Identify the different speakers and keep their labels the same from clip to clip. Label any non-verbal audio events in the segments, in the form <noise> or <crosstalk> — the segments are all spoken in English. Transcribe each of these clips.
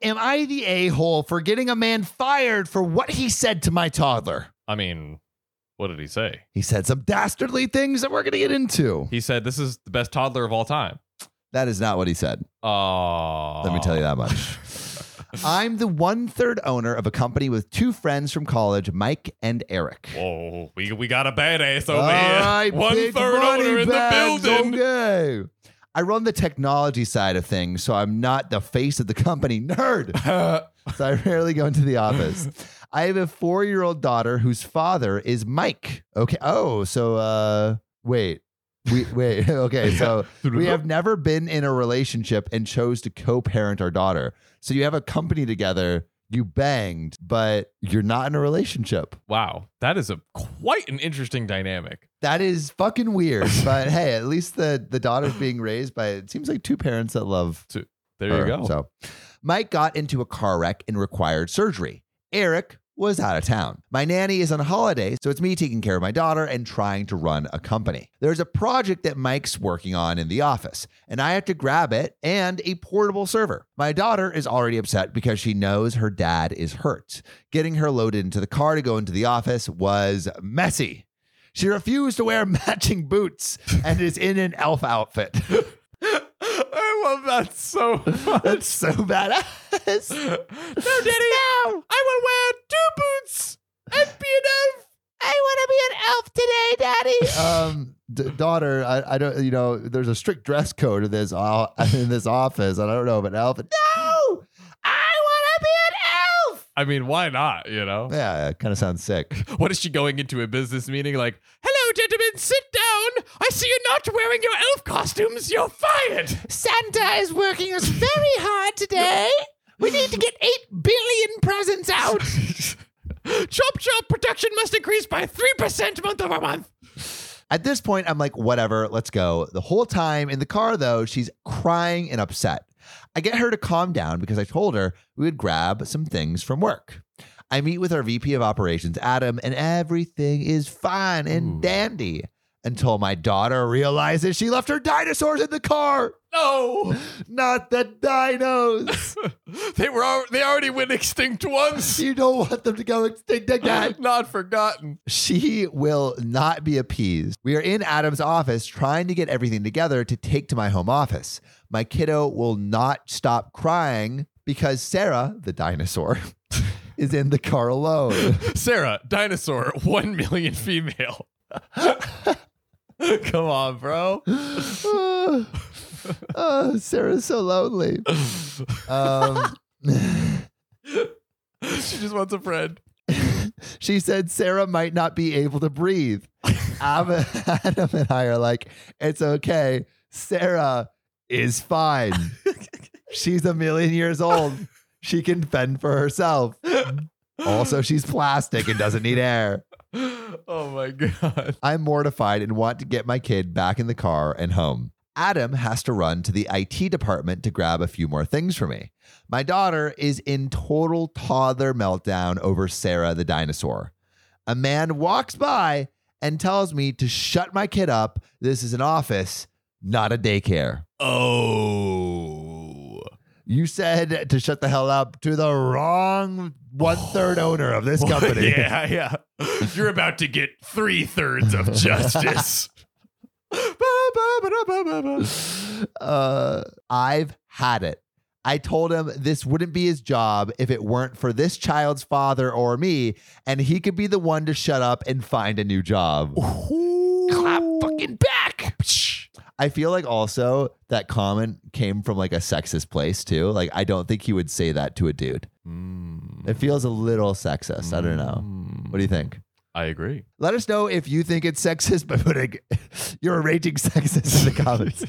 Speaker 1: Am I the a hole for getting a man fired for what he said to my toddler?
Speaker 2: I mean, what did he say?
Speaker 1: He said some dastardly things that we're going to get into.
Speaker 2: He said this is the best toddler of all time.
Speaker 1: That is not what he said.
Speaker 2: Oh,
Speaker 1: Let me tell you that much. <laughs>
Speaker 2: <laughs>
Speaker 1: I'm the one third owner of a company with two friends from college, Mike and Eric.
Speaker 2: Whoa, we we got a badass over
Speaker 1: All
Speaker 2: here.
Speaker 1: right,
Speaker 2: <laughs> One
Speaker 1: big
Speaker 2: third
Speaker 1: money
Speaker 2: owner in the
Speaker 1: bags,
Speaker 2: building.
Speaker 1: okay. I run the technology side of things, so I'm not the face of the company. Nerd. so I rarely go into the office. I have a four year old daughter whose father is Mike. Okay. Oh, so uh wait. We wait, <laughs> okay. So <laughs> we have never been in a relationship and chose to co parent our daughter. So you have a company together, you banged, but you're not in a relationship.
Speaker 2: <laughs> wow, that is a quite an interesting dynamic.
Speaker 1: That is fucking weird. But hey, at least the the daughter's being raised by it seems like two parents that love
Speaker 2: There
Speaker 1: her.
Speaker 2: you go.
Speaker 1: So, Mike got into a car wreck and required surgery. Eric was out of town. My nanny is on holiday, so it's me taking care of my daughter and trying to run a company. There's a project that Mike's working on in the office, and I have to grab it and a portable server. My daughter is already upset because she knows her dad is hurt. Getting her loaded into the car to go into the office was messy. She refused to wear <laughs> matching boots and is in an elf outfit.
Speaker 2: <laughs>
Speaker 1: <laughs>
Speaker 2: I love that so <laughs> much.
Speaker 1: That's so badass.
Speaker 2: no, Daddy. No. I will wear two boots and be an elf.
Speaker 1: I want to be an elf today, Daddy. um, d- daughter, I, I don't, you know, there's a strict dress code in this o- in this office, and I don't know if an elf. No, I want to be an elf.
Speaker 2: <laughs> I mean, why not? You know,
Speaker 1: Yeah, it kind of sounds sick.
Speaker 2: what is she going into a business meeting like? Hello, gentlemen, sit down. I see you're not wearing your elf costumes.
Speaker 1: <laughs>
Speaker 2: You're fired.
Speaker 1: Santa is working us very hard today. We need to get eight billion presents out.
Speaker 2: chop chop production must increase by 3% month over month.
Speaker 1: At this point, I'm like, whatever, let's go. The whole time in the car, though, she's crying and upset. I get her to calm down because I told her we would grab some things from work. I meet with our VP of operations, Adam, and everything is fine and
Speaker 2: Ooh.
Speaker 1: dandy until my daughter realizes she left her dinosaurs in the car,
Speaker 2: No. <laughs>
Speaker 1: not the dinos.
Speaker 2: they were al- they already went extinct once.
Speaker 1: you don't want them to go extinct again.
Speaker 2: <laughs> Not forgotten.
Speaker 1: She will not be appeased. We are in Adam's office trying to get everything together to take to my home office. My kiddo will not stop crying because Sarah, the dinosaur, <laughs> is in the car alone.
Speaker 2: Sarah, dinosaur, 1 million female. <laughs> Come on, bro. <laughs>
Speaker 1: oh, oh, Sarah's so lonely. Um, <laughs>
Speaker 2: She just wants a friend.
Speaker 1: <laughs> she said Sarah might not be able to breathe. Adam, <laughs> Adam and I are like, it's okay. Sarah is fine. She's a million years old. She can fend for herself. Also, she's plastic and doesn't need air.
Speaker 2: <laughs> oh my god.
Speaker 1: I'm mortified and want to get my kid back in the car and home. Adam has to run to the IT department to grab a few more things for me. My daughter is in total toddler meltdown over Sarah the dinosaur. A man walks by and tells me to shut my kid up. This is an office, not a daycare.
Speaker 2: Oh.
Speaker 1: You said to shut the hell up to the wrong one third owner of this company.
Speaker 2: <laughs> yeah, yeah. You're about to get three thirds of
Speaker 1: <laughs>
Speaker 2: justice.
Speaker 1: uh, I've had it. I told him this wouldn't be his job if it weren't for this child's father or me, and he could be the one to shut up and find a new job.
Speaker 2: Clap fucking back.
Speaker 1: I feel like also that comment came from like a sexist place too. Like, I don't think he would say that to a dude. It feels a little sexist. I don't know. What do you think? <laughs>
Speaker 2: I agree.
Speaker 1: Let us know if you think it's sexist by putting <laughs> you're a raging <laughs> sexist in the comments.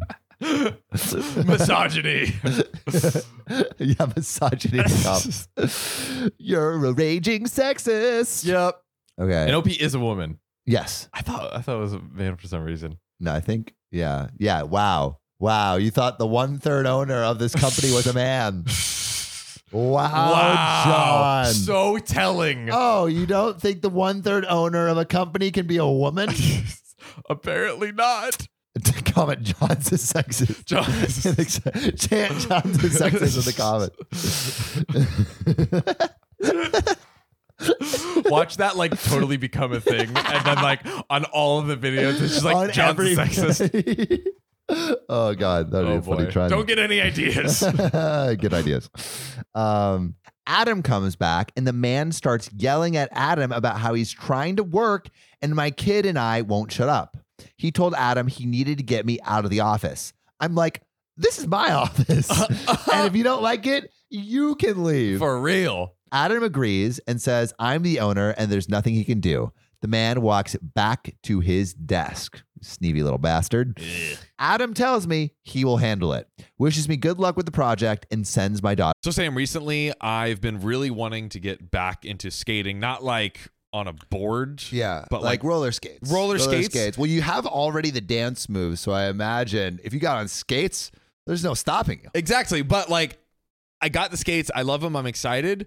Speaker 1: <laughs>
Speaker 2: Misogyny.
Speaker 1: yeah, misogyny. cop. You're a raging sexist.
Speaker 2: yep.
Speaker 1: Okay.
Speaker 2: And OP is a woman.
Speaker 1: yes.
Speaker 2: I thought I thought it was a man for some
Speaker 1: <laughs>
Speaker 2: reason.
Speaker 1: No, I think. Yeah. Yeah. Wow. Wow. You thought the one third owner of this company was a man. Wow, John.
Speaker 2: So telling.
Speaker 1: oh, you don't think the one third owner of a company can be a woman?
Speaker 2: <laughs> Apparently not.
Speaker 1: to <laughs> comment John's a sexist.
Speaker 2: John-
Speaker 1: <laughs> Chant John's a sexist in the comment.
Speaker 2: Watch that like totally become a thing, and then like on all of the videos, it's just like
Speaker 1: On
Speaker 2: John's a
Speaker 1: every- <laughs>
Speaker 2: sexist.
Speaker 1: oh God, that'd be
Speaker 2: Oh
Speaker 1: a funny
Speaker 2: boy!
Speaker 1: try. <laughs>
Speaker 2: Don't get any ideas. <laughs>
Speaker 1: Good ideas. Um, Adam comes back, and the man starts yelling at Adam about how he's trying to work, and my kid and I won't shut up. He told Adam he needed to get me out of the office. I'm like, this is my <laughs>
Speaker 2: <laughs>
Speaker 1: office. and if you don't like it, you can leave.
Speaker 2: For real.
Speaker 1: Adam agrees and says, I'm the owner and there's nothing he can do. The man walks back to his desk. Sneevy little bastard. Adam tells me he will handle it, wishes me good luck with the project, and sends my daughter.
Speaker 2: So Sam, recently I've been really wanting to get back into skating, not like on a board.
Speaker 1: Yeah,
Speaker 2: But, like,
Speaker 1: roller skates.
Speaker 2: roller skates?
Speaker 1: Well, you have already the dance moves, so I imagine if you got on skates, there's no stopping you.
Speaker 2: Exactly. But like, I got the skates. I love them. I'm excited.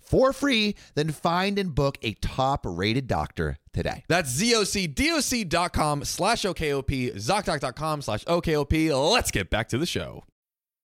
Speaker 1: for free. Then find and book a top rated doctor today.
Speaker 2: That's zocdoc.com slash OKOP, ZocDoc.com slash OKOP. Let's get back to the show.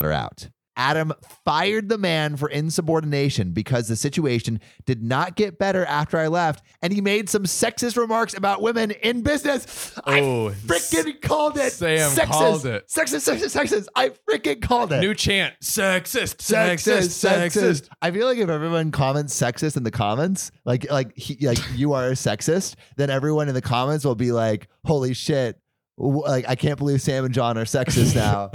Speaker 1: her out. Adam fired the man for insubordination because the situation did not get better after I left, and he made some sexist remarks about women in business.
Speaker 2: Oh,
Speaker 1: I freaking called it.
Speaker 2: Sam
Speaker 1: sexist,
Speaker 2: called it.
Speaker 1: Sexist, sexist, sexist. I freaking called it.
Speaker 2: New chant. Sexist, sexist, sexist.
Speaker 1: I feel like if everyone comments sexist in the comments, like like he,
Speaker 2: <laughs>
Speaker 1: like you are a sexist, then everyone in the comments will be like, "Holy shit! w- Like I can't believe Sam and John are sexist
Speaker 2: <laughs>
Speaker 1: now."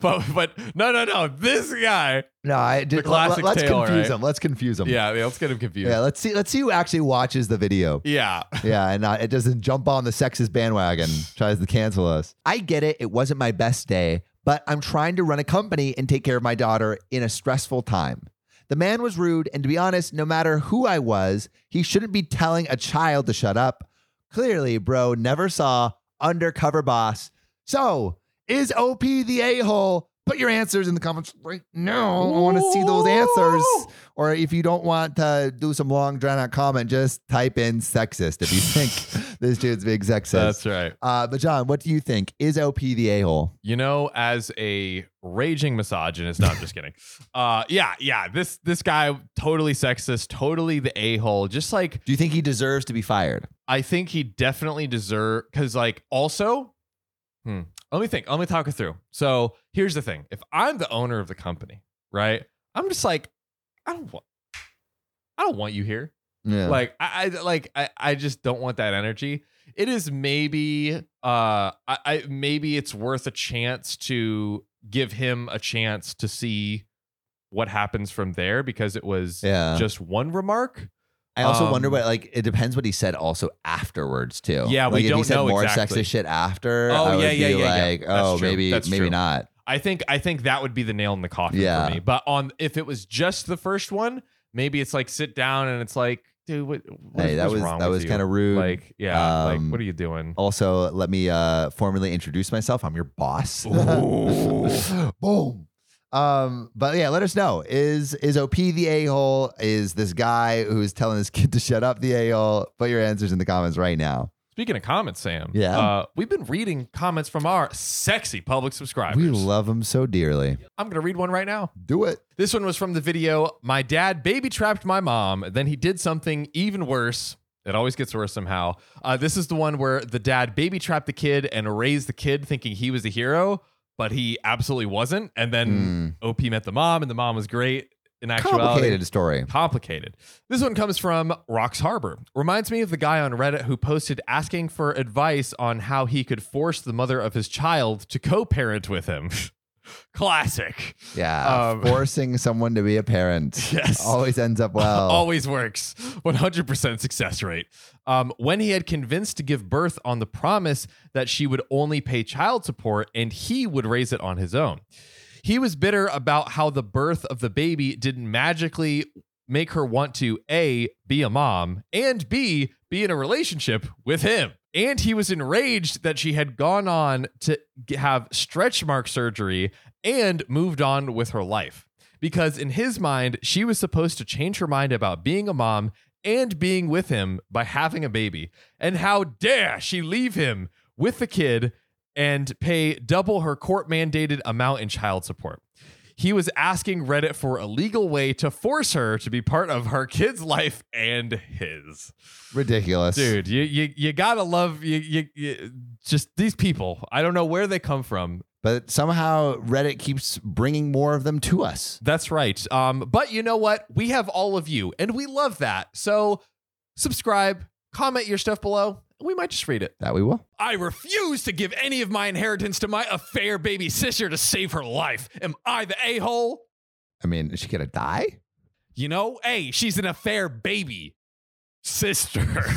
Speaker 2: but but no no no. This guy.
Speaker 1: No, I did.
Speaker 2: classic
Speaker 1: let, us
Speaker 2: tale,
Speaker 1: confuse
Speaker 2: right?
Speaker 1: them. Let's confuse them.
Speaker 2: Yeah, yeah, let's get him confused.
Speaker 1: Yeah, let's see. Let's see who actually watches the video.
Speaker 2: yeah.
Speaker 1: <laughs> Yeah, and not, it doesn't jump on the sexist bandwagon. Tries to cancel us. I get it. It wasn't my best day, but I'm trying to run a company and take care of my daughter in a stressful time. The man was rude, and to be honest, no matter who I was, he shouldn't be telling a child to shut up. Clearly, bro never saw undercover boss. So, is OP the a hole? Put your answers in the comments right now. I want to see those answers. Or if you don't want to do some long drawn out comment, just type in sexist if you think this dude's being sexist.
Speaker 2: That's right.
Speaker 1: Uh, but John, what do you think? Is OP the a hole?
Speaker 2: You know, as a raging misogynist, no, I'm just kidding. Uh yeah, yeah. This this guy totally sexist, totally the a-hole. Just like
Speaker 1: Do you think he deserves to be fired?
Speaker 2: I think he definitely deserve because like also, hmm, let me think. Let me talk it through. So here's the thing: if I'm the owner of the company, right, I'm just like, I don't want, I don't want you here.
Speaker 1: Yeah.
Speaker 2: Like I, I like I, I just don't want that energy. It is maybe uh I, I maybe it's worth a chance to give him a chance to see what happens from there because it was
Speaker 1: yeah.
Speaker 2: just one remark.
Speaker 1: I also
Speaker 2: Um,
Speaker 1: wonder what like it depends what he said also afterwards too.
Speaker 2: Yeah, we
Speaker 1: like, if he
Speaker 2: don't
Speaker 1: said
Speaker 2: know
Speaker 1: more
Speaker 2: exactly.
Speaker 1: sexist shit after.
Speaker 2: Oh,
Speaker 1: I would
Speaker 2: yeah, yeah,
Speaker 1: be
Speaker 2: yeah, yeah.
Speaker 1: Like
Speaker 2: That's
Speaker 1: oh
Speaker 2: true.
Speaker 1: maybe
Speaker 2: That's
Speaker 1: maybe
Speaker 2: true.
Speaker 1: not.
Speaker 2: I think I think that would be the nail in the coffin
Speaker 1: Yeah.
Speaker 2: for me. But on if it was just the first one, Maybe it's like sit down and it's like, dude, what? what
Speaker 1: Hey,
Speaker 2: is-
Speaker 1: that
Speaker 2: what's
Speaker 1: was
Speaker 2: wrong
Speaker 1: that
Speaker 2: with
Speaker 1: was
Speaker 2: you?
Speaker 1: kind of rude.
Speaker 2: like, yeah,
Speaker 1: Um,
Speaker 2: like what are you doing?
Speaker 1: <laughs> also, let me uh, formally introduce myself. I'm your boss.
Speaker 2: Ooh. <laughs>
Speaker 1: <gasps> Boom. Um, but yeah, let us know. Is is OP the a hole? Is this guy who's telling his kid to shut up the a hole? Put your answers in the comments right now.
Speaker 2: Speaking of comments, Sam.
Speaker 1: Yeah.
Speaker 2: uh, we've been reading comments from our sexy public subscribers.
Speaker 1: We love him so dearly.
Speaker 2: I'm gonna read one right now.
Speaker 1: Do it.
Speaker 2: This one was from the video My Dad Baby Trapped My Mom. Then he did something even worse. It always gets worse somehow. Uh, this is the one where the dad baby trapped the kid and raised the kid thinking he was the hero, but he absolutely wasn't. And then OP met the mom, and the mom was great in actuality.
Speaker 1: Hmm. Complicated story.
Speaker 2: Complicated. This one comes from Rocks Harbor. Reminds me of the guy on Reddit who posted asking for advice on how he could force the mother of his child to co parent with him. <laughs> Classic.
Speaker 1: Yeah,
Speaker 2: Um, <laughs>
Speaker 1: forcing someone to be a parent.
Speaker 2: Yes.
Speaker 1: always ends up well.
Speaker 2: <laughs> Always works. 100% success rate. Um, when he had convinced to give birth on the promise that she would only pay child support and he would raise it on his own. He was bitter about how the birth of the baby didn't magically make her want to A, be a mom, and B, be in a relationship with him. And he was enraged that she had gone on to g- have stretch mark surgery and moved on with her life. Because in his mind, she was supposed to change her mind about being a mom and being with him by having a baby. And how dare she leave him with the kid and pay double her court mandated amount in child support. He was asking Reddit for a legal way to force her to be part of her kid's life and his.
Speaker 1: ridiculous,
Speaker 2: Dude, you you, you gotta love you, you you just these people. I don't know where they come from.
Speaker 1: But somehow Reddit keeps bringing more of them to us.
Speaker 2: That's right. Um, but you know what? We have all of you, and we love that. So subscribe, comment your stuff below. and We might just read it.
Speaker 1: That we will.
Speaker 2: I refuse to give any of my inheritance to my affair baby sister to save her life. Am I the a hole?
Speaker 1: I mean, is she gonna die?
Speaker 2: You know, hey, she's an affair baby sister. <laughs>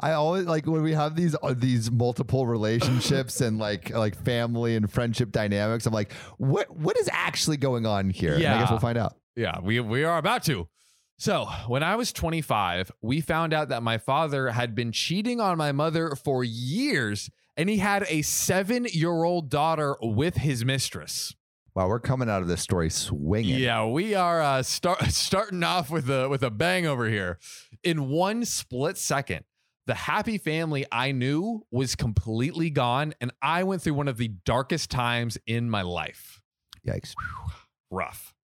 Speaker 1: I always like when we have these uh, these multiple relationships and like like family and friendship dynamics. I'm like, what what is actually going on here? And I guess
Speaker 2: Yeah.
Speaker 1: we'll find out.
Speaker 2: yeah, we, we are about to. So, when I was 25, we found out that my father had been cheating on my mother for years and he had a seven year old daughter with his mistress.
Speaker 1: Wow, we're coming out of this story swinging.
Speaker 2: Yeah, we are uh, start, <laughs> starting off with a with a bang over here. In one split second, the happy family I knew was completely gone, and I went through one of the darkest times in my life.
Speaker 1: Yikes.
Speaker 2: Rough.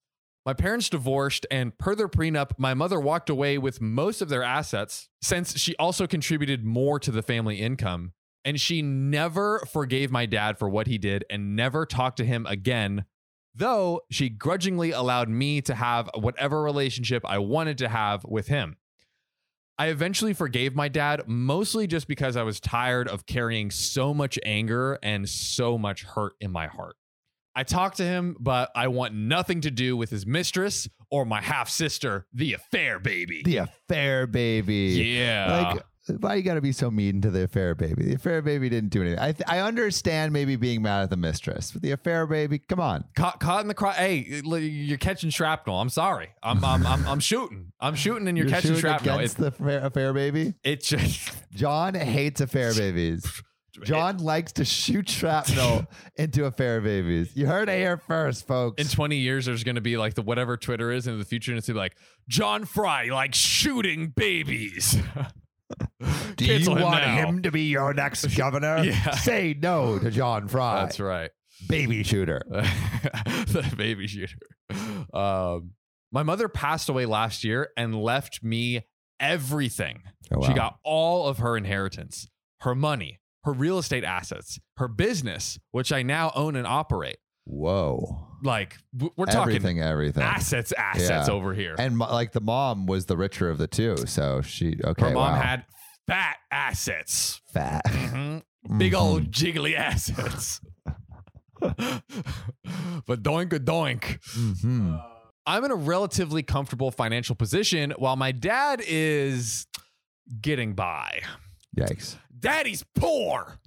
Speaker 2: My parents divorced, and per their prenup, my mother walked away with most of their assets since she also contributed more to the family income. And she never forgave my dad for what he did and never talked to him again, though she grudgingly allowed me to have whatever relationship I wanted to have with him. I eventually forgave my dad, mostly just because I was tired of carrying so much anger and so much hurt in my heart. I talked to him, but I want nothing to do with his mistress or my half sister, the affair baby.
Speaker 1: The affair baby.
Speaker 2: yeah.
Speaker 1: Like, why you gotta be so mean to the affair baby? The affair baby didn't do anything. I th- I understand maybe being mad at the mistress, but the affair baby, come on.
Speaker 2: caught, caught in the cross. Hey, l- you're catching shrapnel. I'm sorry. I'm I'm I'm, I'm shooting. I'm shooting, and you're, catching
Speaker 1: shooting
Speaker 2: shrapnel. It,
Speaker 1: against the affair, affair baby.
Speaker 2: it just <laughs>
Speaker 1: John hates affair babies. John likes to shoot
Speaker 2: <laughs>
Speaker 1: shrapnel into affair babies. You heard it here first, folks.
Speaker 2: in 20 years, there's gonna be like the whatever Twitter is in the future, and it's gonna be like John Fry like shooting
Speaker 1: <laughs>
Speaker 2: babies.
Speaker 1: Do
Speaker 2: Cancel
Speaker 1: you
Speaker 2: him
Speaker 1: want
Speaker 2: now.
Speaker 1: him to be your
Speaker 2: <laughs>
Speaker 1: next governor?
Speaker 2: Yeah.
Speaker 1: Say no to John Fry,
Speaker 2: That's right. <laughs>
Speaker 1: baby shooter.
Speaker 2: the baby shooter. Um, my mother passed away last year and left me everything.
Speaker 1: Oh,
Speaker 2: She got all of her inheritance, her money, her real estate assets, her business, which I now own and operate.
Speaker 1: whoa.
Speaker 2: Like w- we're talking
Speaker 1: everything, everything,
Speaker 2: assets, assets
Speaker 1: Yeah.
Speaker 2: over here.
Speaker 1: and mo- like the mom was the richer of the two, so she okay.
Speaker 2: her mom
Speaker 1: wow.
Speaker 2: had fat assets,
Speaker 1: fat,
Speaker 2: Mhm. <laughs>
Speaker 1: Mm-hmm.
Speaker 2: big old
Speaker 1: <laughs>
Speaker 2: jiggly assets. but doink a doink.
Speaker 1: Mhm.
Speaker 2: I'm in a relatively comfortable financial position while my dad is getting by.
Speaker 1: Yikes!
Speaker 2: Daddy's poor.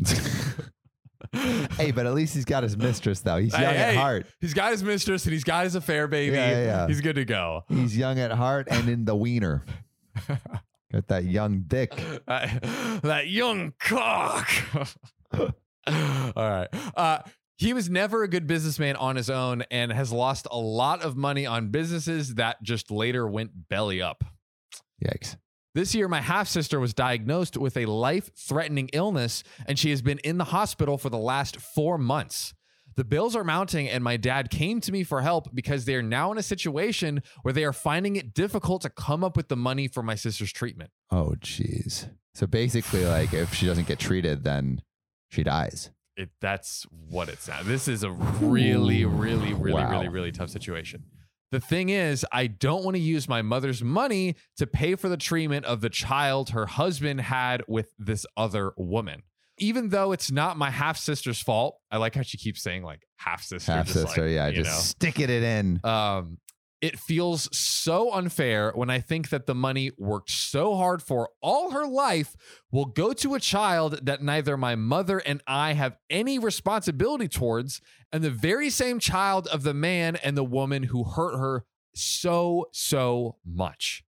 Speaker 1: Hey, but at least he's got his mistress though. He's
Speaker 2: Hey,
Speaker 1: young at
Speaker 2: hey,
Speaker 1: heart.
Speaker 2: He's got his mistress and he's got his affair baby.
Speaker 1: Yeah, yeah, yeah.
Speaker 2: He's good to go.
Speaker 1: He's young at heart and in the wiener. <laughs> Got that young dick.
Speaker 2: that, that young cock. <laughs> All right. Uh, he was never a good businessman on his own and has lost a lot of money on businesses that just later went belly up.
Speaker 1: Yikes.
Speaker 2: This year, my half sister was diagnosed with a life threatening illness, and she has been in the hospital for the last four months. The bills are mounting, and my dad came to me for help because they are now in a situation where they are finding it difficult to come up with the money for my sister's treatment.
Speaker 1: Oh, jeez. So basically, like, if she doesn't get treated, then she dies.
Speaker 2: It, that's what it's at. This is a really,
Speaker 1: Ooh,
Speaker 2: really, really,
Speaker 1: wow.
Speaker 2: really, really tough situation. The thing is, I don't want to use my mother's money to pay for the treatment of the child her husband had with this other woman. Even though it's not my half sister's fault, I like how she keeps saying like half sister,
Speaker 1: Half sister, yeah, just sticking it in.
Speaker 2: um, it feels so unfair when I think that the money worked so hard for all her life will go to a child that neither my mother and I have any responsibility towards, and the very same child of the man and the woman who hurt her so, so much.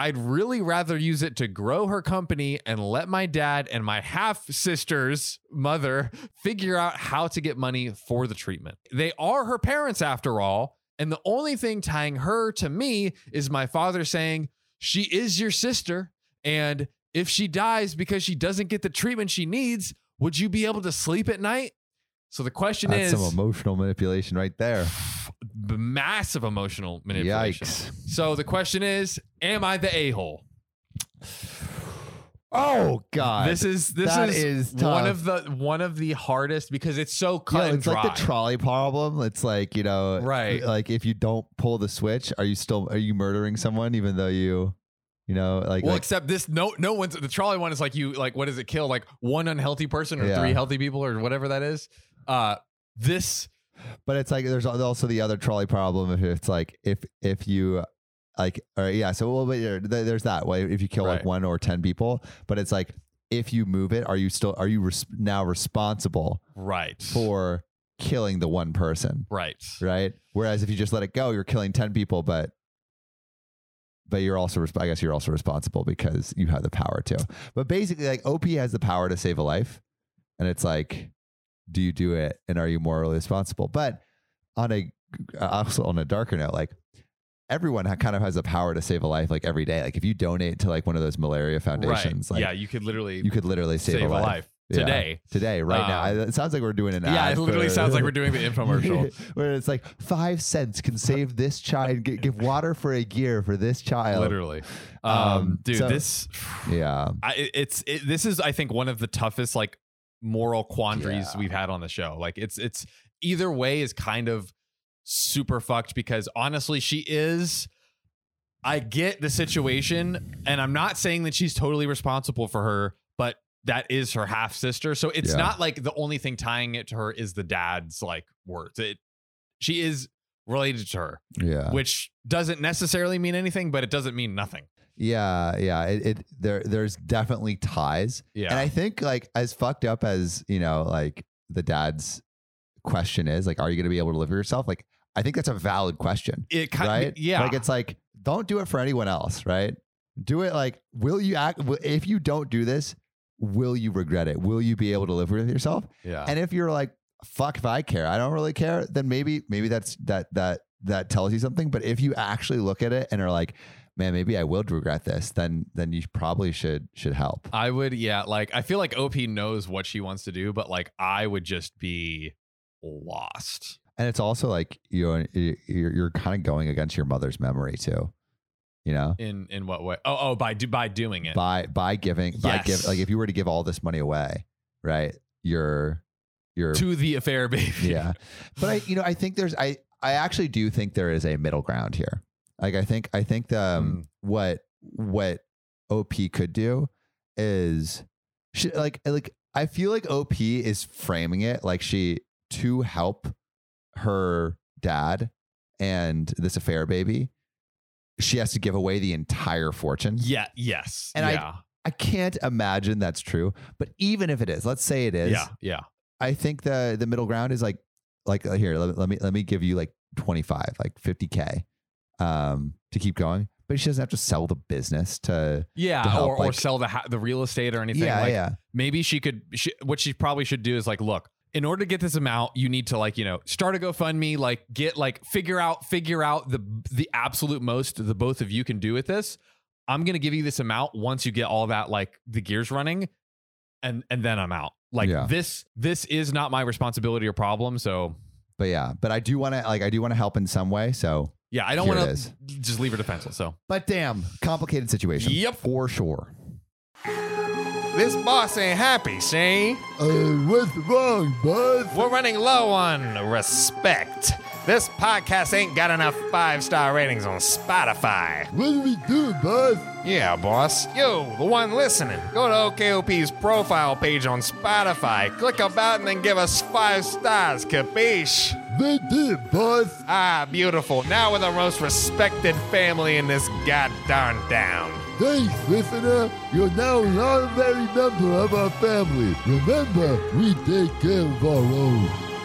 Speaker 2: I'd really rather use it to grow her company and let my dad and my half sister's mother figure out how to get money for the treatment. They are her parents after all. And the only thing tying her to me is my father saying, She is your sister. And if she dies because she doesn't get the treatment she needs, would you be able to sleep at night? So the question
Speaker 1: That's
Speaker 2: is
Speaker 1: some emotional manipulation right there.
Speaker 2: massive emotional manipulation.
Speaker 1: Yikes.
Speaker 2: So the question is, am I the a hole?
Speaker 1: Oh, God.
Speaker 2: This is this
Speaker 1: that
Speaker 2: is
Speaker 1: is tough.
Speaker 2: one of the one of the hardest because it's so
Speaker 1: You
Speaker 2: cut
Speaker 1: know,
Speaker 2: and
Speaker 1: it's
Speaker 2: dry.
Speaker 1: like the trolley problem. It's like, you know,
Speaker 2: Right.
Speaker 1: Like, if you don't pull the switch, are you still, are you murdering someone even though you, you know, like,
Speaker 2: well,
Speaker 1: like-
Speaker 2: except this no no one's the trolley one is like you like what does it kill like one unhealthy person or
Speaker 1: Yeah.
Speaker 2: three healthy people or whatever that is. Uh this
Speaker 1: But it's like there's also the other trolley problem if it's like if if you like or yeah so well but there- there- there's that way if you kill
Speaker 2: Right.
Speaker 1: like one or ten people but it's like if you move it are you still are you res- now responsible
Speaker 2: right
Speaker 1: for killing the one person
Speaker 2: right
Speaker 1: right whereas if you just let it go you're killing ten people but but you're also resp- I guess you're also responsible because you have the power to but basically like OP has the power to save a life and it's like do you do it and are you morally responsible but on a uh, also on a darker note like everyone ha- kind of has the power to save a life like every day like if you donate to like one of those malaria foundations
Speaker 2: right
Speaker 1: like
Speaker 2: yeah you could literally
Speaker 1: you could literally save, a life, Yeah.
Speaker 2: today
Speaker 1: today right now I,
Speaker 2: Um,
Speaker 1: it sounds like we're doing an
Speaker 2: yeah
Speaker 1: ad
Speaker 2: it literally
Speaker 1: for-
Speaker 2: sounds like we're
Speaker 1: <laughs>
Speaker 2: doing the infomercial
Speaker 1: where it's like five cents can save this child, g- give water for a year for this child.
Speaker 2: literally um,
Speaker 1: Um,
Speaker 2: dude
Speaker 1: so-
Speaker 2: this
Speaker 1: Yeah.
Speaker 2: I, it- it's it, this is I think one of the toughest like moral quandaries
Speaker 1: Yeah.
Speaker 2: we've had on the show. Like it's it's either way is kind of super fucked because honestly she is I get the situation and I'm not saying that she's totally responsible for her, but that is her half sister. So it's
Speaker 1: Yeah.
Speaker 2: not like the only thing tying it to her is the dad's like words. It she is related to her,
Speaker 1: Yeah.
Speaker 2: which doesn't necessarily mean anything, but it doesn't mean nothing.
Speaker 1: Yeah. Yeah. It, it there there's definitely ties.
Speaker 2: Yeah.
Speaker 1: And I think like as fucked up as, you know, like the dad's question is, like, are you gonna be able to live for yourself? Like, I think that's a valid question.
Speaker 2: it kind
Speaker 1: right?
Speaker 2: yeah.
Speaker 1: Like it's like, don't do it for anyone else, right? Do it like, will you act wi- if you don't do this, will you regret it? Will you be able to live with yourself?
Speaker 2: yeah.
Speaker 1: And if you're like, fuck if I care, I don't really care, then maybe maybe that's that that that tells you something. But if you actually look at it and are like, man, maybe I will regret this, then then you probably should should help.
Speaker 2: I would, yeah. Like, I feel like OP knows what she wants to do, but like, I would just be lost.
Speaker 1: And it's also like you're you're, you're kind of going against your mother's memory too, you know.
Speaker 2: In in what way? Oh, oh, by do by doing it.
Speaker 1: By by giving by give
Speaker 2: Yes.
Speaker 1: like if you were to give all this money away, right? You're you're
Speaker 2: to the affair, <laughs> baby.
Speaker 1: <laughs> yeah but i you know i think there's i i actually do think there is a middle ground here like i think i think the um, what what op could do is she like like i feel like op is framing it like she to help her dad and this affair baby she has to give away the entire fortune
Speaker 2: Yeah. Yes.
Speaker 1: And I-
Speaker 2: yeah.
Speaker 1: i can't imagine that's true but even if it is let's say it is
Speaker 2: yeah. Yeah.
Speaker 1: I think the the middle ground is like like uh, here. Let, let me let me give you like twenty five, like fifty k, um, to keep going. But she doesn't have to sell the business to.
Speaker 2: Yeah,
Speaker 1: To help,
Speaker 2: or, or
Speaker 1: like-
Speaker 2: sell the ha- the real estate or anything.
Speaker 1: yeah,
Speaker 2: like
Speaker 1: yeah,
Speaker 2: maybe she could. She, what she probably should do is like, look, in order to get this amount, you need to like you know start a GoFundMe, like get like figure out figure out the the absolute most the both of you can do with this. I'm gonna give you this amount once you get all that like the gears running, and and then I'm out. Like
Speaker 1: Yeah.
Speaker 2: this this is not my responsibility or problem. So
Speaker 1: but yeah, but I do want to like I do want to help in some way. So,
Speaker 2: yeah, I don't
Speaker 1: Here it
Speaker 2: want
Speaker 1: is.
Speaker 2: to just leave her defenseless. So
Speaker 1: but damn, complicated situation.
Speaker 2: Yep.
Speaker 1: for sure.
Speaker 2: this boss ain't happy. See.
Speaker 1: Uh, what's wrong, bud?
Speaker 2: We're running low on respect. This podcast ain't got enough five star ratings on Spotify.
Speaker 1: What do we do, bud?
Speaker 2: Yeah, boss. You, the one listening, go to OKOP's profile page on Spotify, click about, and then give us five stars, capiche?
Speaker 1: They did, bud.
Speaker 2: Ah, beautiful. Now we're the most respected family in this goddamn town.
Speaker 1: Thanks, listener. You're now an honorary member of our family. Remember, we take care of our own.